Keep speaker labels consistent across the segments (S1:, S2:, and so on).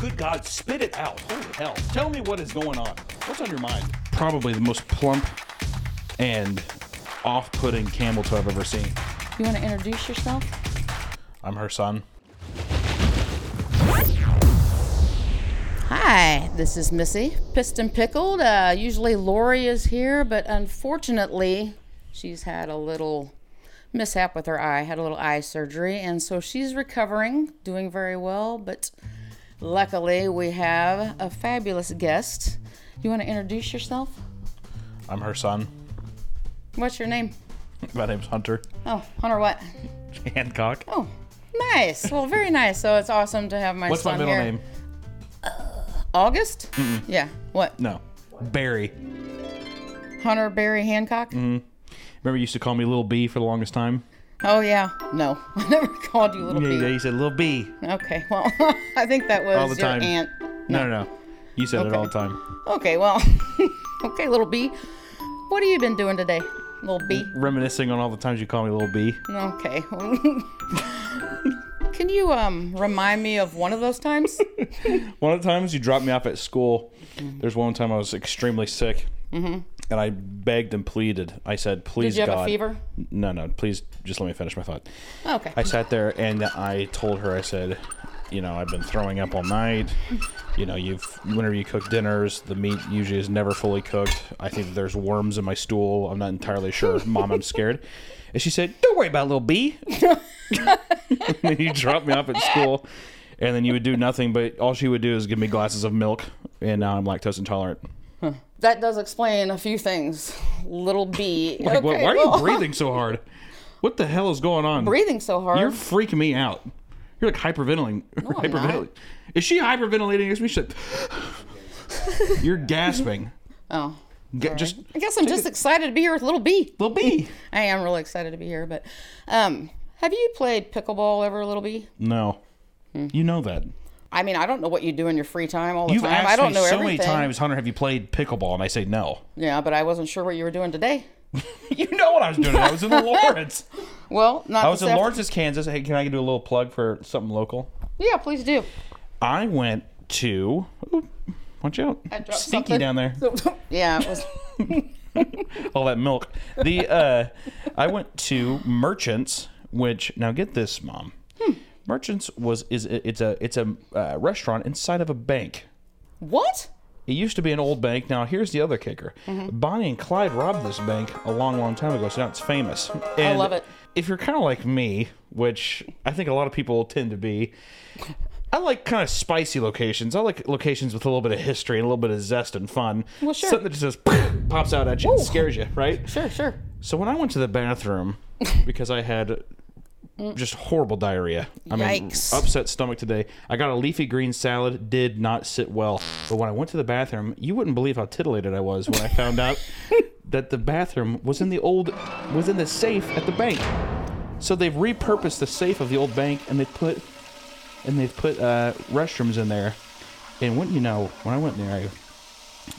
S1: Good God, spit it out. Holy hell. Tell me what is going on. What's on your mind?
S2: Probably the most plump and off putting camel toe I've ever seen.
S3: You want to introduce yourself?
S2: I'm her son.
S3: Hi, this is Missy. Piston Pickled. Uh, usually Lori is here, but unfortunately, she's had a little mishap with her eye, had a little eye surgery, and so she's recovering, doing very well. But luckily, we have a fabulous guest. You want to introduce yourself?
S2: I'm her son.
S3: What's your name?
S2: My name's Hunter
S3: Oh, Hunter, what?
S2: Hancock.
S3: Oh, nice. Well, very nice. So it's awesome to have my
S2: What's my
S3: son
S2: middle
S3: here.
S2: name?
S3: August? Yeah. What?
S2: No. Barry.
S3: Hunter Barry Hancock?
S2: Remember you used to call me Little B for the longest time?
S3: Oh, yeah. No, I never called you Little
S2: Yeah,
S3: B.
S2: yeah, you said Little B.
S3: Okay, well, I think that was
S2: All the
S3: your
S2: time.
S3: aunt.
S2: No, no, no. You said it
S3: Okay.
S2: all the time.
S3: Okay, well, okay, little B. What have you been doing today, little B?
S2: Reminiscing on all the times you call me Little B.
S3: Okay. Can you um remind me of one of those times?
S2: One of the times you dropped me off at school,
S3: Mm-hmm.
S2: there's one time I was extremely sick, and I begged and pleaded. I said, "Please,
S3: Did you have
S2: God,
S3: a fever?
S2: No, no. Please, just let me finish my thought."
S3: Okay.
S2: I sat there and I told her, I said, "You know, I've been throwing up all night. You know, you've whenever you cook dinners, the meat usually is never fully cooked. I think that there's worms in my stool. I'm not entirely sure, Mom. I'm scared." And she said, "Don't worry about it, little B." and then you dropped me off at school, and then you would do nothing, but all she would do is give me glasses of milk, and now I'm lactose intolerant.
S3: that does explain a few things, little B.
S2: Like, what,
S3: Okay,
S2: why are you
S3: well,
S2: breathing so hard? What the hell is going on?
S3: breathing so hard?
S2: You're freaking me out. You're like hyperventilating.
S3: I'm not.
S2: hyperventilating. Is she hyperventilating against me? Shit. You're gasping.
S3: oh.
S2: Ga- Just
S3: I guess I'm just excited to be here with little B.
S2: little B.
S3: I am really excited to be here, but um, have you played pickleball ever, little B?
S2: No,
S3: Hmm.
S2: you know that.
S3: I mean, I don't know what you do in your free time all the
S2: You've
S3: time.
S2: asked
S3: I don't
S2: me
S3: know
S2: so
S3: everything.
S2: many times, Hunter, have you played pickleball? And I say no.
S3: Yeah, but I wasn't sure what you were doing today.
S2: you know what I was doing. I was in Lawrence.
S3: Well, not
S2: I was
S3: this
S2: in
S3: after-
S2: Lawrence, Kansas. Hey, can I do a little plug for something local?
S3: Yeah, please do.
S2: I went to. Oop, watch out!
S3: dropped
S2: Stinky
S3: something.
S2: down there.
S3: yeah, it was.
S2: all that milk. The uh, I went to Merchants, which now get this, mom. Merchants was is it's a it's a uh, restaurant inside of a bank.
S3: what?
S2: It used to be an old bank. Now here's the other kicker:
S3: Mm-hmm.
S2: Bonnie and Clyde robbed this bank a long, long time ago. So now it's famous. And
S3: love it.
S2: If you're kind of like me, which I think a lot of people tend to be, I like kind of spicy locations. I like locations with a little bit of history and a little bit of zest and fun.
S3: Well, sure.
S2: Something that just says pops out at you and scares you, right?
S3: Sure, sure.
S2: So when I went to the bathroom because I had just horrible diarrhea. I mean,
S3: Yikes.
S2: upset stomach today. I got a leafy green salad, did not sit well. But when I went to the bathroom, you wouldn't believe how titillated I was when I found out that the bathroom was in the old was in the safe at the bank. So they've repurposed the safe of the old bank and they put and they've put uh, restrooms in there. And wouldn't you know, when I went in there,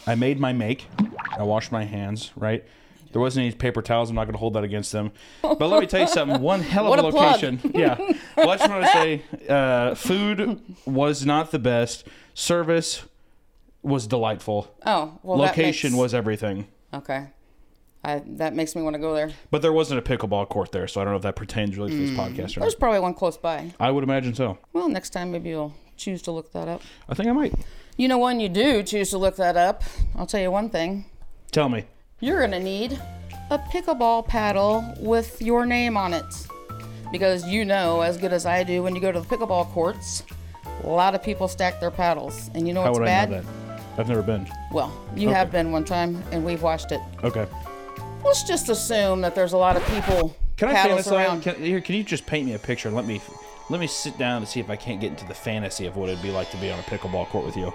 S2: I, I made my make. I washed my hands, right? There wasn't any paper towels. I'm not going to hold that against them. But let me tell you something. One hell of
S3: What
S2: a
S3: a plug.
S2: location. Yeah. Well, I just want to say uh, food was not the best. Service was delightful.
S3: Oh, well, that
S2: Location
S3: makes-
S2: was everything.
S3: okay. I, that makes me want to go there.
S2: But there wasn't a pickleball court there, so I don't know if that pertains really to
S3: Mm.
S2: this podcast or not.
S3: There's probably one close by.
S2: I would imagine so.
S3: Well, next time maybe you'll choose to look that up.
S2: I think I might.
S3: You know, when you do choose to look that up, I'll tell you one thing:
S2: Tell me.
S3: you're gonna need a pickleball paddle with your name on it, because you know as good as I do when you go to the pickleball courts, a lot of people stack their paddles, and you know
S2: How
S3: what's
S2: would
S3: bad?
S2: I know that? I've never been.
S3: Well, you have been one time, and we've watched it.
S2: Okay.
S3: Let's just assume that there's a lot of people
S2: Can I
S3: paddles
S2: fantasize?
S3: around.
S2: Can, here, can you just paint me a picture and let me let me sit down and see if I can't get into the fantasy of what it'd be like to be on a pickleball court with you?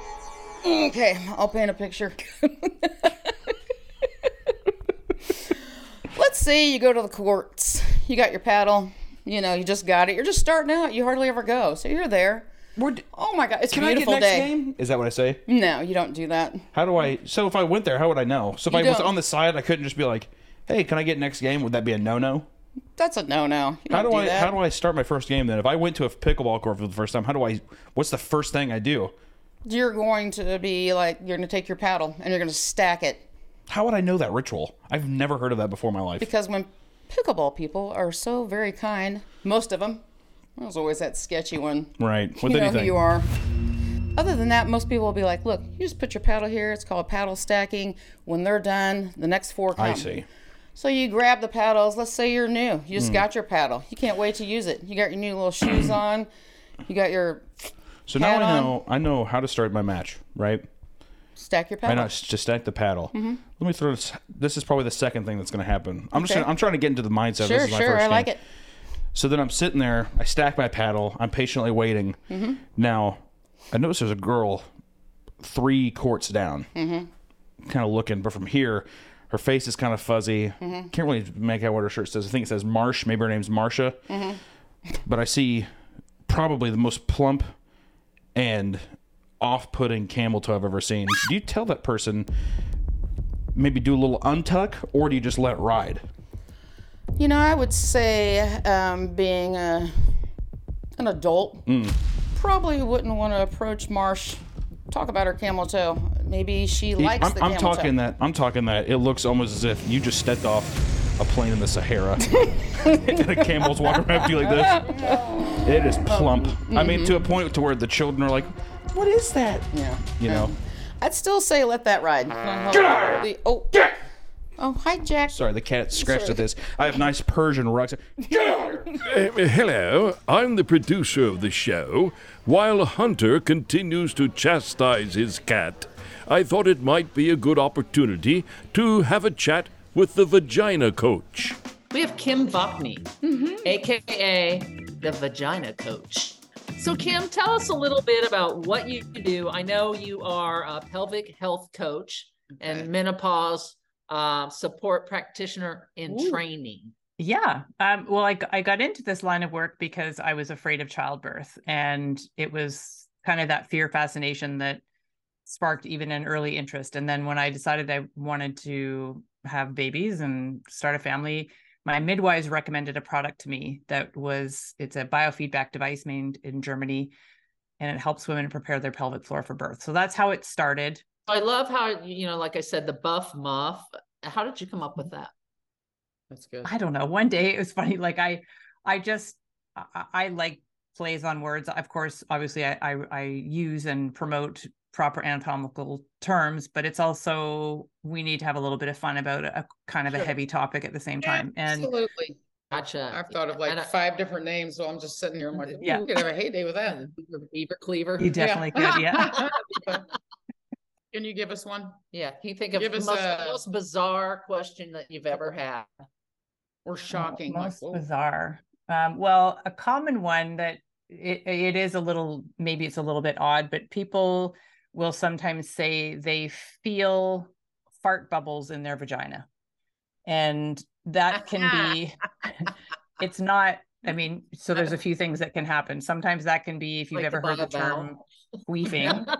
S3: Okay, I'll paint a picture. Let's say you go to the courts. You got your paddle. You know, you just got it. You're just starting out. You hardly ever go. So you're there. oh my God, it's a beautiful day.
S2: game? Is that what I say?
S3: No, you don't do that.
S2: How do I? So if I went there, how would I know? So if I was
S3: don't.
S2: on the side, I couldn't just be like, "Hey, can I get next game?" Would that be a no-no?
S3: That's a no-no. You
S2: How
S3: don't
S2: do, I?
S3: that.
S2: How do I start my first game then? If I went to a pickleball court for the first time, how do I? What's the first thing I do?
S3: you're going to be like you're going to take your paddle and you're going to stack it
S2: How would I know that ritual? I've never heard of that before in my life.
S3: because when pickleball people are so very kind, most of them. There's always that sketchy one.
S2: Right. With
S3: you know
S2: anything.
S3: who you are. Other than that, most people will be like, "Look, you just put your paddle here. It's called paddle stacking. When they're done, the next four come."
S2: I see. Hmm.
S3: So you grab the paddles. Let's say you're new. You just got your paddle. You can't wait to use it. You got your new little shoes on. You got your
S2: So now
S3: Hat
S2: I
S3: on.
S2: know I know how to start my match, right?
S3: stack your
S2: I
S3: paddle.
S2: know it's just stack the paddle.
S3: Mm-hmm.
S2: Let me throw this. This is probably the second thing that's going to happen. I'm just
S3: Okay.
S2: gonna, I'm trying to get into the mindset.
S3: Sure,
S2: this is my
S3: sure.
S2: first
S3: I like
S2: game.
S3: it.
S2: So then I'm sitting there. I stack my paddle. I'm patiently waiting. Now, I notice there's a girl three courts down, kind of looking, but from here, her face is kind of fuzzy. Can't really make out what her shirt says. I think it says Marsh. Maybe her name's Marsha. But I see probably the most plump and off-putting camel toe I've ever seen. Do you tell that person? Maybe do a little untuck, or do you just let ride?
S3: You know, I would say um, being a, an adult,
S2: Mm.
S3: probably wouldn't want to approach Marsh. Talk about her camel toe. Maybe she likes
S2: I'm,
S3: the
S2: I'm
S3: camel toe.
S2: talking that. I'm talking that. It looks almost as if you just stepped off a plane in the Sahara, and a camel's walking right up to you like this. It is
S3: Oh,
S2: plump. I mean, to a point to where the children are like, "What is that?"
S3: mm-hmm. Yeah. Um,
S2: You know.
S3: I'd still say let that ride. Can I help you? The- oh. Oh, hi, Jack.
S2: Sorry, the cat scratched at this. I have nice Persian rugs.
S4: Uh, hello, I'm the producer of the show. While Hunter continues to chastise his cat, I thought it might be a good opportunity to have a chat with the vagina coach.
S5: We have Kim Vopney,
S6: Mm-hmm.
S5: aka the Vagina Coach. So, Kim, tell us a little bit about what you do. I know you are a pelvic health coach
S6: Okay.
S5: and menopause uh, support practitioner in
S6: Ooh.
S5: training.
S6: Yeah. Um, well, I, g- I got into this line of work because I was afraid of childbirth. And it was kind of that fear fascination that sparked even an early interest. And then when I decided I wanted to have babies and start a family, my midwives recommended a product to me that was it's a biofeedback device made in Germany and it helps women prepare their pelvic floor for birth. So that's how it started.
S5: I love how, you know, like I said, the buff muff. How did you come up with that?
S6: That's good. I don't know. One day it was funny. Like I, I just, I, I- I like plays on words. Of course, obviously, I, I, I use and promote proper anatomical terms, but it's also we need to have a little bit of fun about a, kind of a
S7: Sure.
S6: heavy topic at the same time. And
S7: Absolutely.
S5: Gotcha.
S7: I've thought of like
S5: And I-
S7: five different names, so I'm just sitting here, I'm like,
S6: Yeah.
S7: "Ooh, we could have a heyday with that.
S5: Beaver Cleaver.
S6: you definitely could, yeah.
S7: Can you give us one?
S5: Yeah. Can you think of the
S7: Give us
S5: most,
S7: a-
S5: most bizarre question that you've ever had?
S7: Or shocking, like,
S6: most
S7: whoa.
S6: bizarre. Um, well, a common one that it, it is a little, maybe it's a little bit odd, but people will sometimes say they feel fart bubbles in their vagina. And that can be, it's not, I mean, so there's a few things that can happen. Sometimes that can be, if you've
S5: Like the
S6: ever heard the
S5: Baba Bell.
S6: term queefing,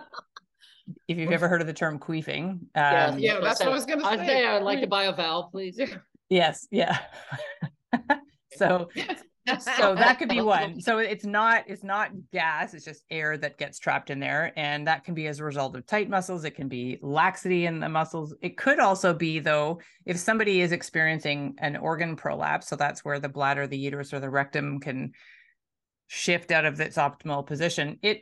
S6: if you've ever heard of the term queefing, um,
S7: Yeah, that's what I was gonna
S5: I'd
S7: say.
S5: say I'd like to buy a vowel, please.
S6: yes, yeah. so so that could be one so it's not it's not gas it's just air that gets trapped in there and that can be as a result of tight muscles it can be laxity in the muscles it could also be though if somebody is experiencing an organ prolapse so that's where the bladder the uterus or the rectum can shift out of its optimal position it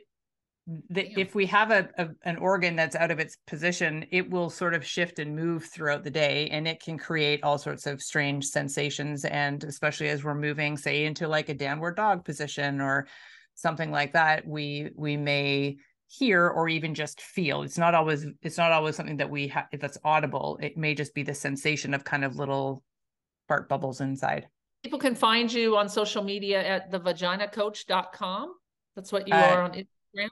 S6: that if we have a, a an organ that's out of its position it will sort of shift and move throughout the day and it can create all sorts of strange sensations and especially as we're moving say into like a downward dog position or something like that we we may hear or even just feel it's not always it's not always something that we have that's audible it may just be the sensation of kind of little fart bubbles inside
S5: People can find you on social media at thevaginacoach.com. That's what you
S6: Uh,
S5: are on Instagram,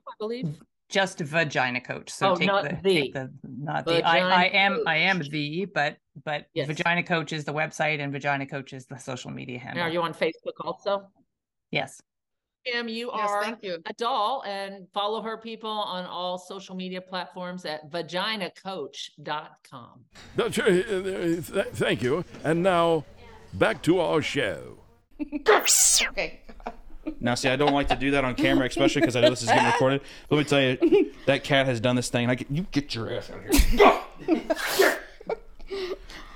S5: I believe.
S6: just vagina coach. So
S5: Oh,
S6: take
S5: not
S6: the,
S5: the.
S6: take the not the. I, I
S5: Vagina
S6: am I am
S5: coach.
S6: the, but but
S5: Yes.
S6: vagina coach is the website and vagina coach is the social media
S5: And
S6: handle.
S5: are you on Facebook also?
S6: yes.
S5: Kim, you
S7: Yes,
S5: are
S7: thank you.
S5: a doll and follow her people on all social media platforms at vaginacoach.com.
S4: That's- uh, uh, th- Thank you. And now, back to our show.
S7: Okay.
S2: Now, see, I don't like to do that on camera, especially because I know this is getting recorded. Let me tell you, that cat has done this thing. And I get, you get your ass out of here.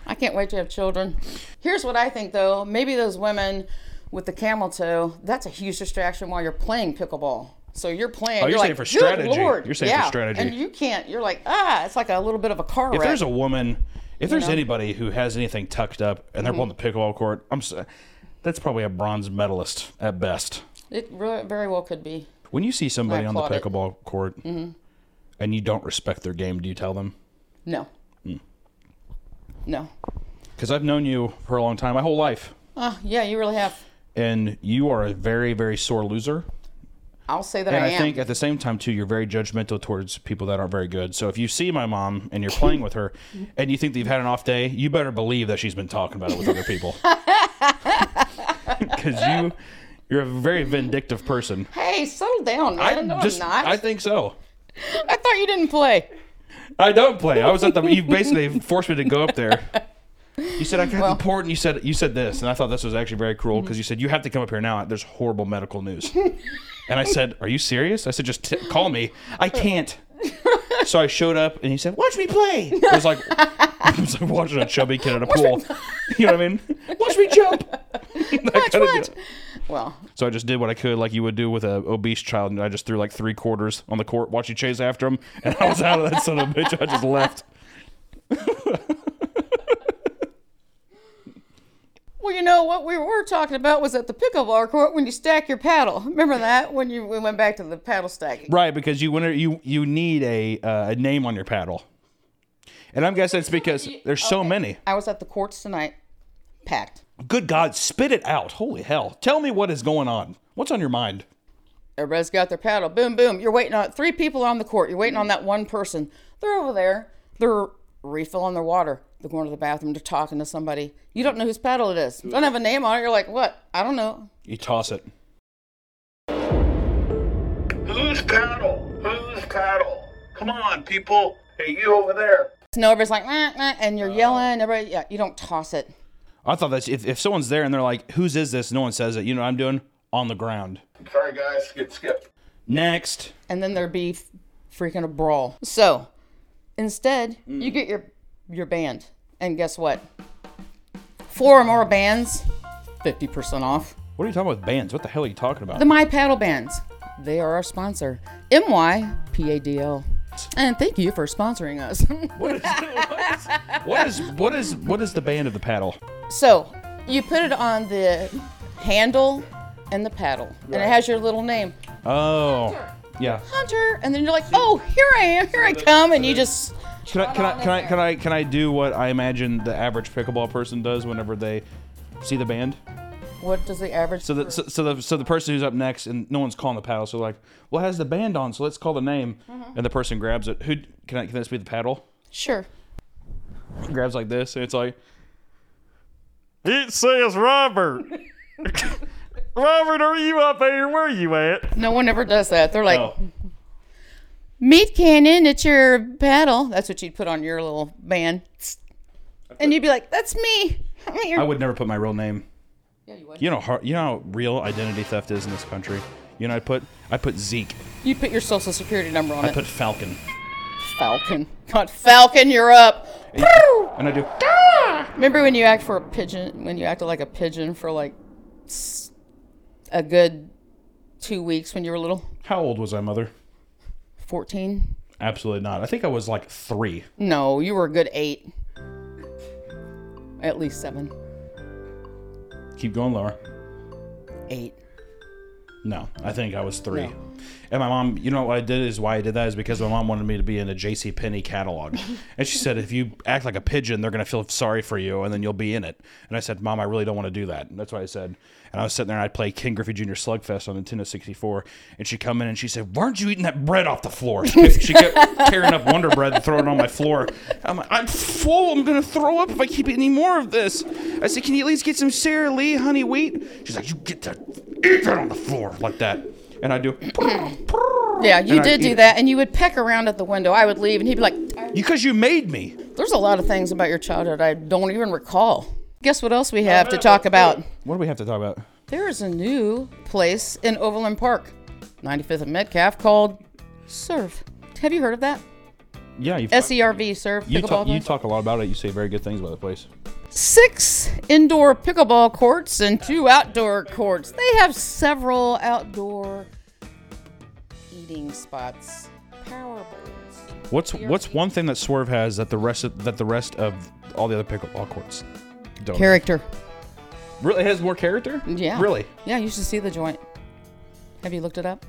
S3: I can't wait to have children. Here's what I think though maybe those women with the camel toe, that's a huge distraction while you're playing pickleball. So you're playing.
S2: Oh, you're
S3: like,
S2: saying for
S3: "Good
S2: strategy.
S3: Lord."
S2: You're saying for
S3: yeah.
S2: strategy.
S3: And you can't. You're like, ah, it's like a little bit of a car
S2: If
S3: wreck.
S2: there's a woman, if there's anybody who has anything tucked up and
S3: Mm-hmm.
S2: they're on the pickleball court, I'm s that's probably a bronze medalist at best.
S3: it re- very well could be.
S2: When you see somebody
S3: I
S2: on the
S3: applaud it. Mm-hmm.
S2: pickleball court and you don't respect their game, do you tell them?
S3: No.
S2: Hmm.
S3: No.
S2: Because I've known you for a long time, my whole life,
S3: Uh, yeah, you really have.
S2: and you are a very, very sore loser.
S3: I'll say that
S2: And
S3: I,
S2: I,
S3: am.
S2: think at the same time too, you're very judgmental towards people that aren't very good. So if you see my mom and you're playing with her, and you think that you've had an off day, you better believe that she's been talking about it with other people. Because you, you're a very vindictive person.
S3: hey, settle down, man. no,
S2: just,
S3: I'm not.
S2: I
S3: I,
S2: think so.
S3: thought you didn't play.
S2: I don't play. I was at the. You basically forced me to go up there. You said I got important. You said you said this, and I thought this was actually very cruel because you said you have to come up here now. There's horrible medical news, and I said, "Are you serious?" I said, "Just t- call me." I can't. So I showed up, and he said, "Watch me play." It was like I was like watching a chubby kid at a pool. You know what I mean? Watch me jump. That kinda
S3: watch.
S2: deal.
S3: Well,
S2: So I just did what I could, like you would do with a obese child, and I just threw like three quarters on the court, watched you chase after him, and I was out of that son of a bitch. I just left.
S3: well, you know what we were talking about was at the pickleball court when you stack your paddle. Remember that when you we went back to the paddle stacking.
S2: Right, because you winner, you you need a uh, a name on your paddle, and I'm guessing it's because there's so many.
S3: I was at the courts tonight, packed.
S2: Good God, spit it out! Holy hell! Tell me what is going on. What's on your mind?
S3: Everybody's got their paddle. Boom, boom. You're waiting on three people on the court. You're waiting on that one person. They're over there. They're refilling their water. They're going to the bathroom. They're talking to somebody. You don't know whose paddle it is. Don't have a name on it. You're like, what? I don't know.
S2: You toss it.
S8: Who's paddle? Who's paddle? Come on, people. Hey, you over there.
S3: No, everybody's like, nah, nah, and you're yelling. Everybody, yeah, you don't toss it.
S2: I thought that's if, if someone's there and they're like, "Whose is this?" No one says it. You know what I'm doing? On the ground.
S8: Sorry, guys. Get skipped.
S2: Next.
S3: And then there'd be f- freaking a brawl. So instead, you get your your band, and guess what? Four or more bands, fifty percent off.
S2: What are you talking about with bands? What the hell are you talking about?
S3: The My Paddle Bands. They are our sponsor, MYPADL. And thank you for sponsoring us.
S2: What is, what is what is what is the band of the paddle?
S3: so you put it on the handle and the paddle, and it has your little name,
S2: Oh, yeah.
S3: Hunter. And then you're like, oh, here I am, here I come. And you just,
S2: Can I can I can I can I can I do what I imagine the average pickleball person does whenever they see the band?
S3: what does the average?
S2: So the so, so the so the person who's up next and no one's calling the paddle, so like, well, it has the band on, so let's call the name, and the person grabs it. Who can I can this be the paddle?
S3: sure.
S2: Grabs like this, and it's like, it says Robert. Robert, are you up here? Where are you at?
S3: No one ever does that. They're like,
S2: Oh.
S3: meat cannon, it's your paddle. That's what you'd put on your little band. And you'd be like, that's me. I'm at your
S2: I would never put my real name.
S3: Yeah, you would.
S2: You know, how- you know how real identity theft is in this country. You know, I put I put Zeke,
S3: You put your social security number on
S2: I
S3: it.
S2: put Falcon,
S3: Falcon. God, Falcon, you're up.
S2: and I do.
S3: Remember when you act for a pigeon? When you acted like a pigeon for like s- a good two weeks when you were little,
S2: How old was I, mother?
S3: fourteen?
S2: Absolutely not. I think I was like three.
S3: No, you were a good eight, at least seven,
S2: Keep going lower.
S3: eight.
S2: No, I think I was three. And my mom, you know what I did is why I did that is because my mom wanted me to be in a J.C. Penney catalog, and she said if you act like a pigeon, they're gonna feel sorry for you, and then you'll be in it. And I said, Mom, I really don't want to do that. And that's what I said. And I was sitting there and I'd play King Griffey Jr. Slugfest on Nintendo 64, and she'd come in and she said, "Why aren't you eating that bread off the floor?" She kept, she kept tearing up Wonder Bread and throwing it on my floor. I'm like, I'm full. I'm gonna throw up if I keep eating any more of this. I said, Can you at least get some Sara Lee honey wheat? She's like, You get that, eat that on the floor like that. And I do.
S3: Yeah, you
S2: And I
S3: did
S2: eat it.
S3: do that, and you would peck around at the window. I would leave, and he'd be like,
S2: Because you made me.
S3: "There's a lot of things about your childhood I don't even recall." Guess what else we have to talk about?
S2: What do we have to talk about?
S3: There is a new place in Overland Park, 95th and Metcalf, called Serve. Have you heard of that?
S2: Yeah, you've,
S3: S E R V, Serve
S2: you
S3: pickleball
S2: talk you
S3: place?
S2: talk a lot about it. You say very good things about the place.
S3: six indoor pickleball courts and two outdoor courts. They have several outdoor eating spots, power bowls.
S2: What's what's one thing that Swerve has that the rest of, that the rest of all the other pickleball courts don't?
S3: Character.
S2: Really it has more character?
S3: Yeah.
S2: Really?
S3: Yeah, you should see the joint. Have you looked it up?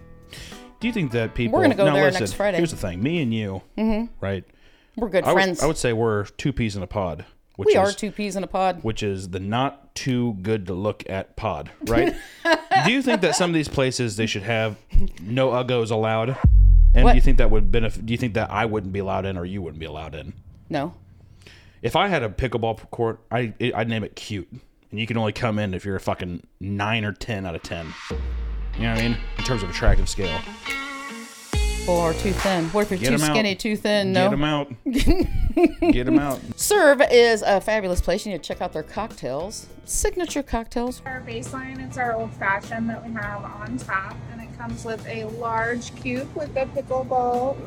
S2: Do you think that people?
S3: gonna go
S2: now,
S3: there
S2: listen,
S3: next Friday.
S2: Here's the thing: me and you, mm-hmm. right?
S3: We're good
S2: I would-
S3: friends.
S2: I would say we're two peas in a pod. Which
S3: we
S2: is,
S3: are two peas in a pod.
S2: Which is the not too good to look at pod, right? do you think that some of these places they should have no uggos allowed? And do you
S3: What?
S2: think that would benefit? Do you think that I wouldn't be allowed in, or you wouldn't be allowed in?
S3: No.
S2: If I had a pickleball court, I I'd name it cute, and you can only come in if you're a fucking nine or ten out of ten. You know what I mean? In terms of attractive scale,
S3: People are too thin. What if you're
S2: Get
S3: too
S2: 'em out.
S3: skinny, too thin?
S2: Get 'em
S3: No.
S2: get them out. get them out.
S3: Serve is a fabulous place. You need to check out their cocktails, signature cocktails.
S9: Our baseline, it's our old fashioned that we have on top, and it comes with a large cube with the pickleball.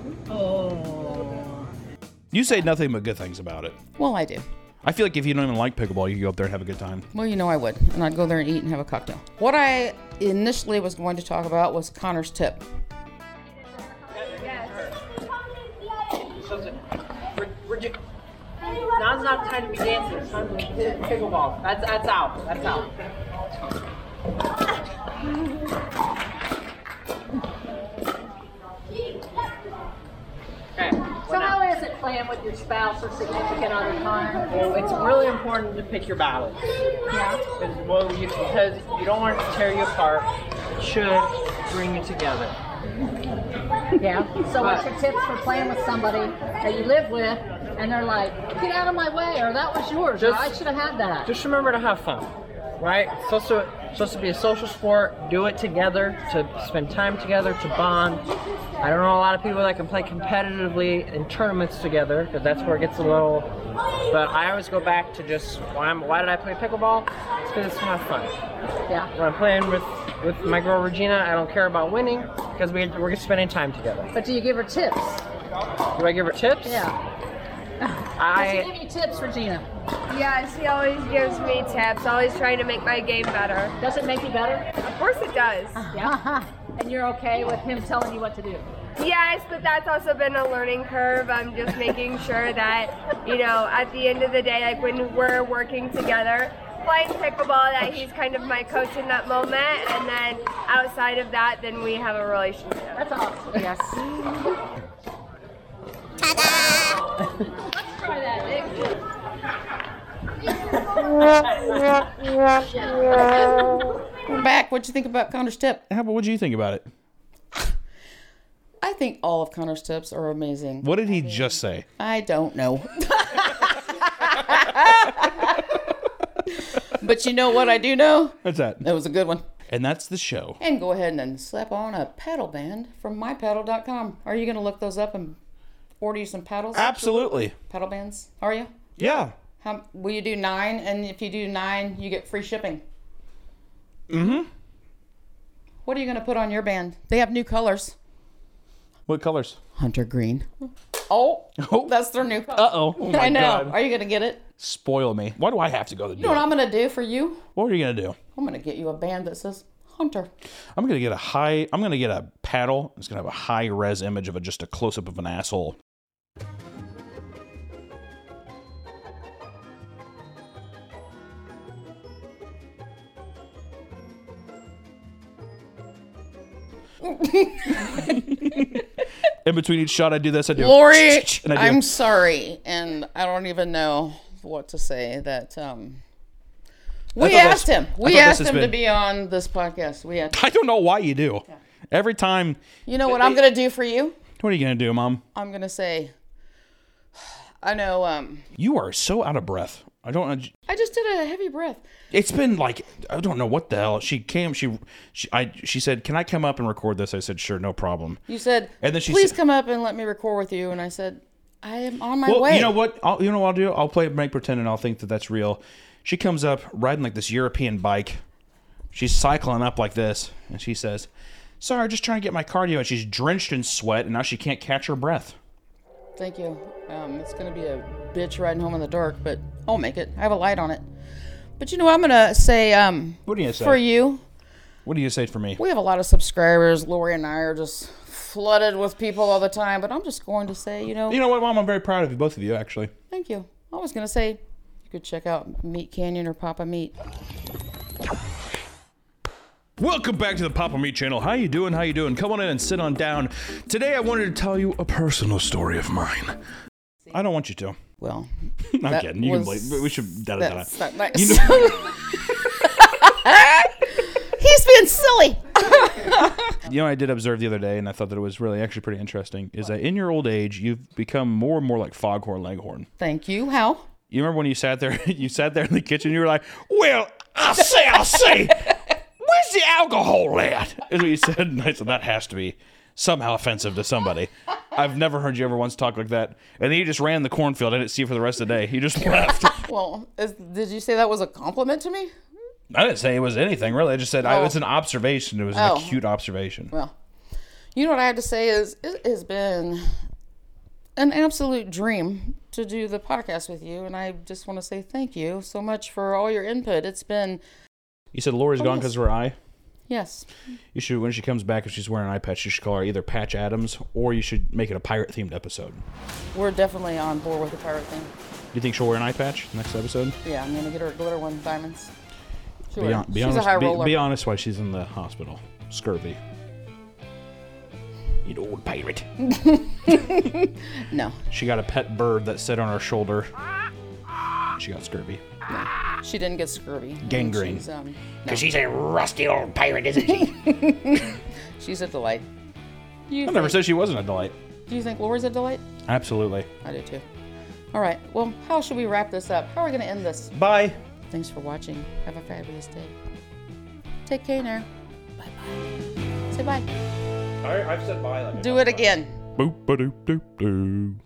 S2: You say nothing but good things about it.
S3: Well, I do.
S2: I feel like if you don't even like pickleball, you can go up there and have a good time.
S3: Well, you know I would, and I'd go there and eat and have a cocktail. What I initially was going to talk about was Connor's tip.
S10: We're, we're ju- now's not the time to be dancing. It's time to pickleball. That's that's out. That's out.
S9: So, how is it playing with your spouse or significant other time?
S10: It's really important to pick your battles. Because, well, you, because you don't want it to tear you apart. It should bring you together.
S9: Yeah. So, what's your tips for playing with somebody that you live with and they're like, get out of my way, or that was yours, or
S10: Just-
S9: I should have had that?
S10: Just remember to have fun, right? It's supposed to, it's supposed to be a social sport. Do it together to spend time together to bond. I don't know a lot of people that can play competitively in tournaments together because that's where it gets a little. But I always go back to just why, I'm, why did I play pickleball? It's because it's to have fun.
S9: Yeah.
S10: When I'm playing with with my girl Regina, I don't care about winning because we we're spending time together.
S9: But do you give her tips?
S10: Do I give her tips?
S9: Yeah. Does she
S10: I
S9: give you tips, Regina?
S11: Yes, he always gives me tips, always trying to make my game better.
S9: Does it make you better?
S11: Of course it does.
S10: Uh-huh.
S9: Yeah. and you're okay with him telling you what to do?
S11: Yes, but that's also been a learning curve. I'm just making sure that, you know, at the end of the day, like when we're working together, playing pickleball, that he's kind of my coach in that moment. And then outside of that, then we have a relationship.
S9: That's awesome. Yes.
S3: We're back. What'd you think about Connor's tip?
S2: How about what do you think about it?
S3: I think all of Connor's tips are amazing.
S2: What did he just say?
S3: I don't know. but you know what I do know?
S2: That's that.
S3: That was a good one.
S2: And that's the show.
S3: And go ahead and slap on a paddle band from mypaddle.com. Are you going to look those up and order you some paddles?
S2: Absolutely.
S3: Paddle bands? Are you?
S2: Yeah.
S3: How, will you do nine? And if you do nine, you get free shipping. Mm-hmm. What are you going to put on your band? They have new colors.
S2: What colors?
S3: Hunter green. Oh, that's their new color.
S2: oh. Oh
S3: I know. Are you going to get it?
S2: Spoil me. Why do I have to go to the
S3: You know what I'm going to do for you?
S2: What are you gonna do?
S3: I'm going to get you a band that says Hunter.
S2: I'm gonna get a high. I'm gonna get a paddle. It's gonna have a high res image of a, just a close up of an asshole. In between each shot, I do this. I do.
S3: Lori,
S2: and I do.
S3: I'm sorry. And I don't even know what to say that. um we
S2: thought
S3: asked
S2: that's-
S3: him.
S2: I
S3: We
S2: thought this
S3: asked
S2: has
S3: him to
S2: been-
S3: be on this podcast. We had.
S2: I don't know why you do. Every time.
S3: You know what I'm gonna do for you?
S2: What are you gonna do, mom?
S3: I'm gonna say, I know. Um,
S2: You are so out of breath. I don't.
S3: I just did a heavy breath.
S2: It's been like I don't know what the hell. She came. She she I she said, "Can I come up and record this?" I said, "Sure, no problem."
S3: You said,
S2: And then she
S3: "Please
S2: said-
S3: come up and let me record with you." And I said, "I am on my
S2: Well,
S3: way."
S2: you know what? I'll, you know what I'll do? I'll play make pretend, and I'll think that that's real. She comes up riding like this European bike. She's cycling up like this, and she says, "Sorry, just trying to get my cardio." And she's drenched in sweat, and now she can't catch her breath.
S3: Thank you. Um, it's gonna be a bitch riding home in the dark, but I'll make it. I have a light on it. But you know, what? I'm gonna say um,
S2: What do you say?
S3: for you.
S2: What do you say for me?
S3: We have a lot of subscribers. Lori and I are just flooded with people all the time. But I'm just going to say, you know,
S2: You know what, Mom? I'm very proud of you, both of you, actually.
S3: thank you. I was gonna say you could check out Meat Canyon or Papa Meat.
S2: Welcome back to the Papa Meat Channel. How you doing? How you doing? Come on in and sit on down. Today, I wanted to tell you a personal story of mine. I don't want you to.
S3: Well,
S2: I'm
S3: that
S2: kidding. You can
S3: was-
S2: blame. We should. Da, da, da.
S3: That's not nice.
S2: You know-
S3: He's being silly.
S2: You know, I did observe the other day, and I thought that it was really actually pretty interesting. Is that in your old age, you've become more and more like Foghorn Leghorn.
S3: Thank you. How?
S2: You remember when you sat there, you sat there in the kitchen, you were like, "Well, I say, I say, where's the alcohol at?" Is what you said, and I said that has to be somehow offensive to somebody. I've never heard you ever once talk like that. And then you just ran the cornfield. I didn't see you for the rest of the day. You just left.
S3: Well, is, did you say that was a compliment to me?
S2: I didn't say it was anything really. I just said I,
S3: Oh.
S2: it's an observation. It was
S3: Oh.
S2: an acute observation.
S3: Well, you know what I have to say is it has been an absolute dream to do the podcast with you, and I just want to say thank you so much for all your input. It's been
S2: You said Lori's gone because of her eye.
S3: yes,
S2: You should, when she comes back, if she's wearing an eye patch, you should call her either Patch Adams or you should make it a pirate themed episode.
S3: we're definitely on board with the pirate thing.
S2: Do you think she'll wear an eye patch next episode?
S3: Yeah, I'm gonna get her a glitter one, diamonds. She
S2: Be,
S3: would.
S2: hon- be
S3: She's
S2: honest,
S3: a high
S2: be-
S3: roller.
S2: be honest why she's in the hospital. Scurvy. You old pirate.
S3: no,
S2: She got a pet bird that sat on her shoulder. She got scurvy.
S3: she didn't get scurvy.
S2: Gangrene.
S3: She's, um, no.
S2: Because she's a rusty old pirate, isn't she?
S3: She's a delight. Do you
S2: I never
S3: think-
S2: said she wasn't a delight.
S3: Do you think Lori's a delight?
S2: Absolutely.
S3: I do too. All right. Well, how should we wrap this up? How are we going to end this?
S2: Bye.
S3: Thanks for watching. Have a fabulous day. Take care now. Bye bye. Say bye.
S2: I, I've said bye.
S3: Do it again.
S2: Boop, ba doop, doop, doo.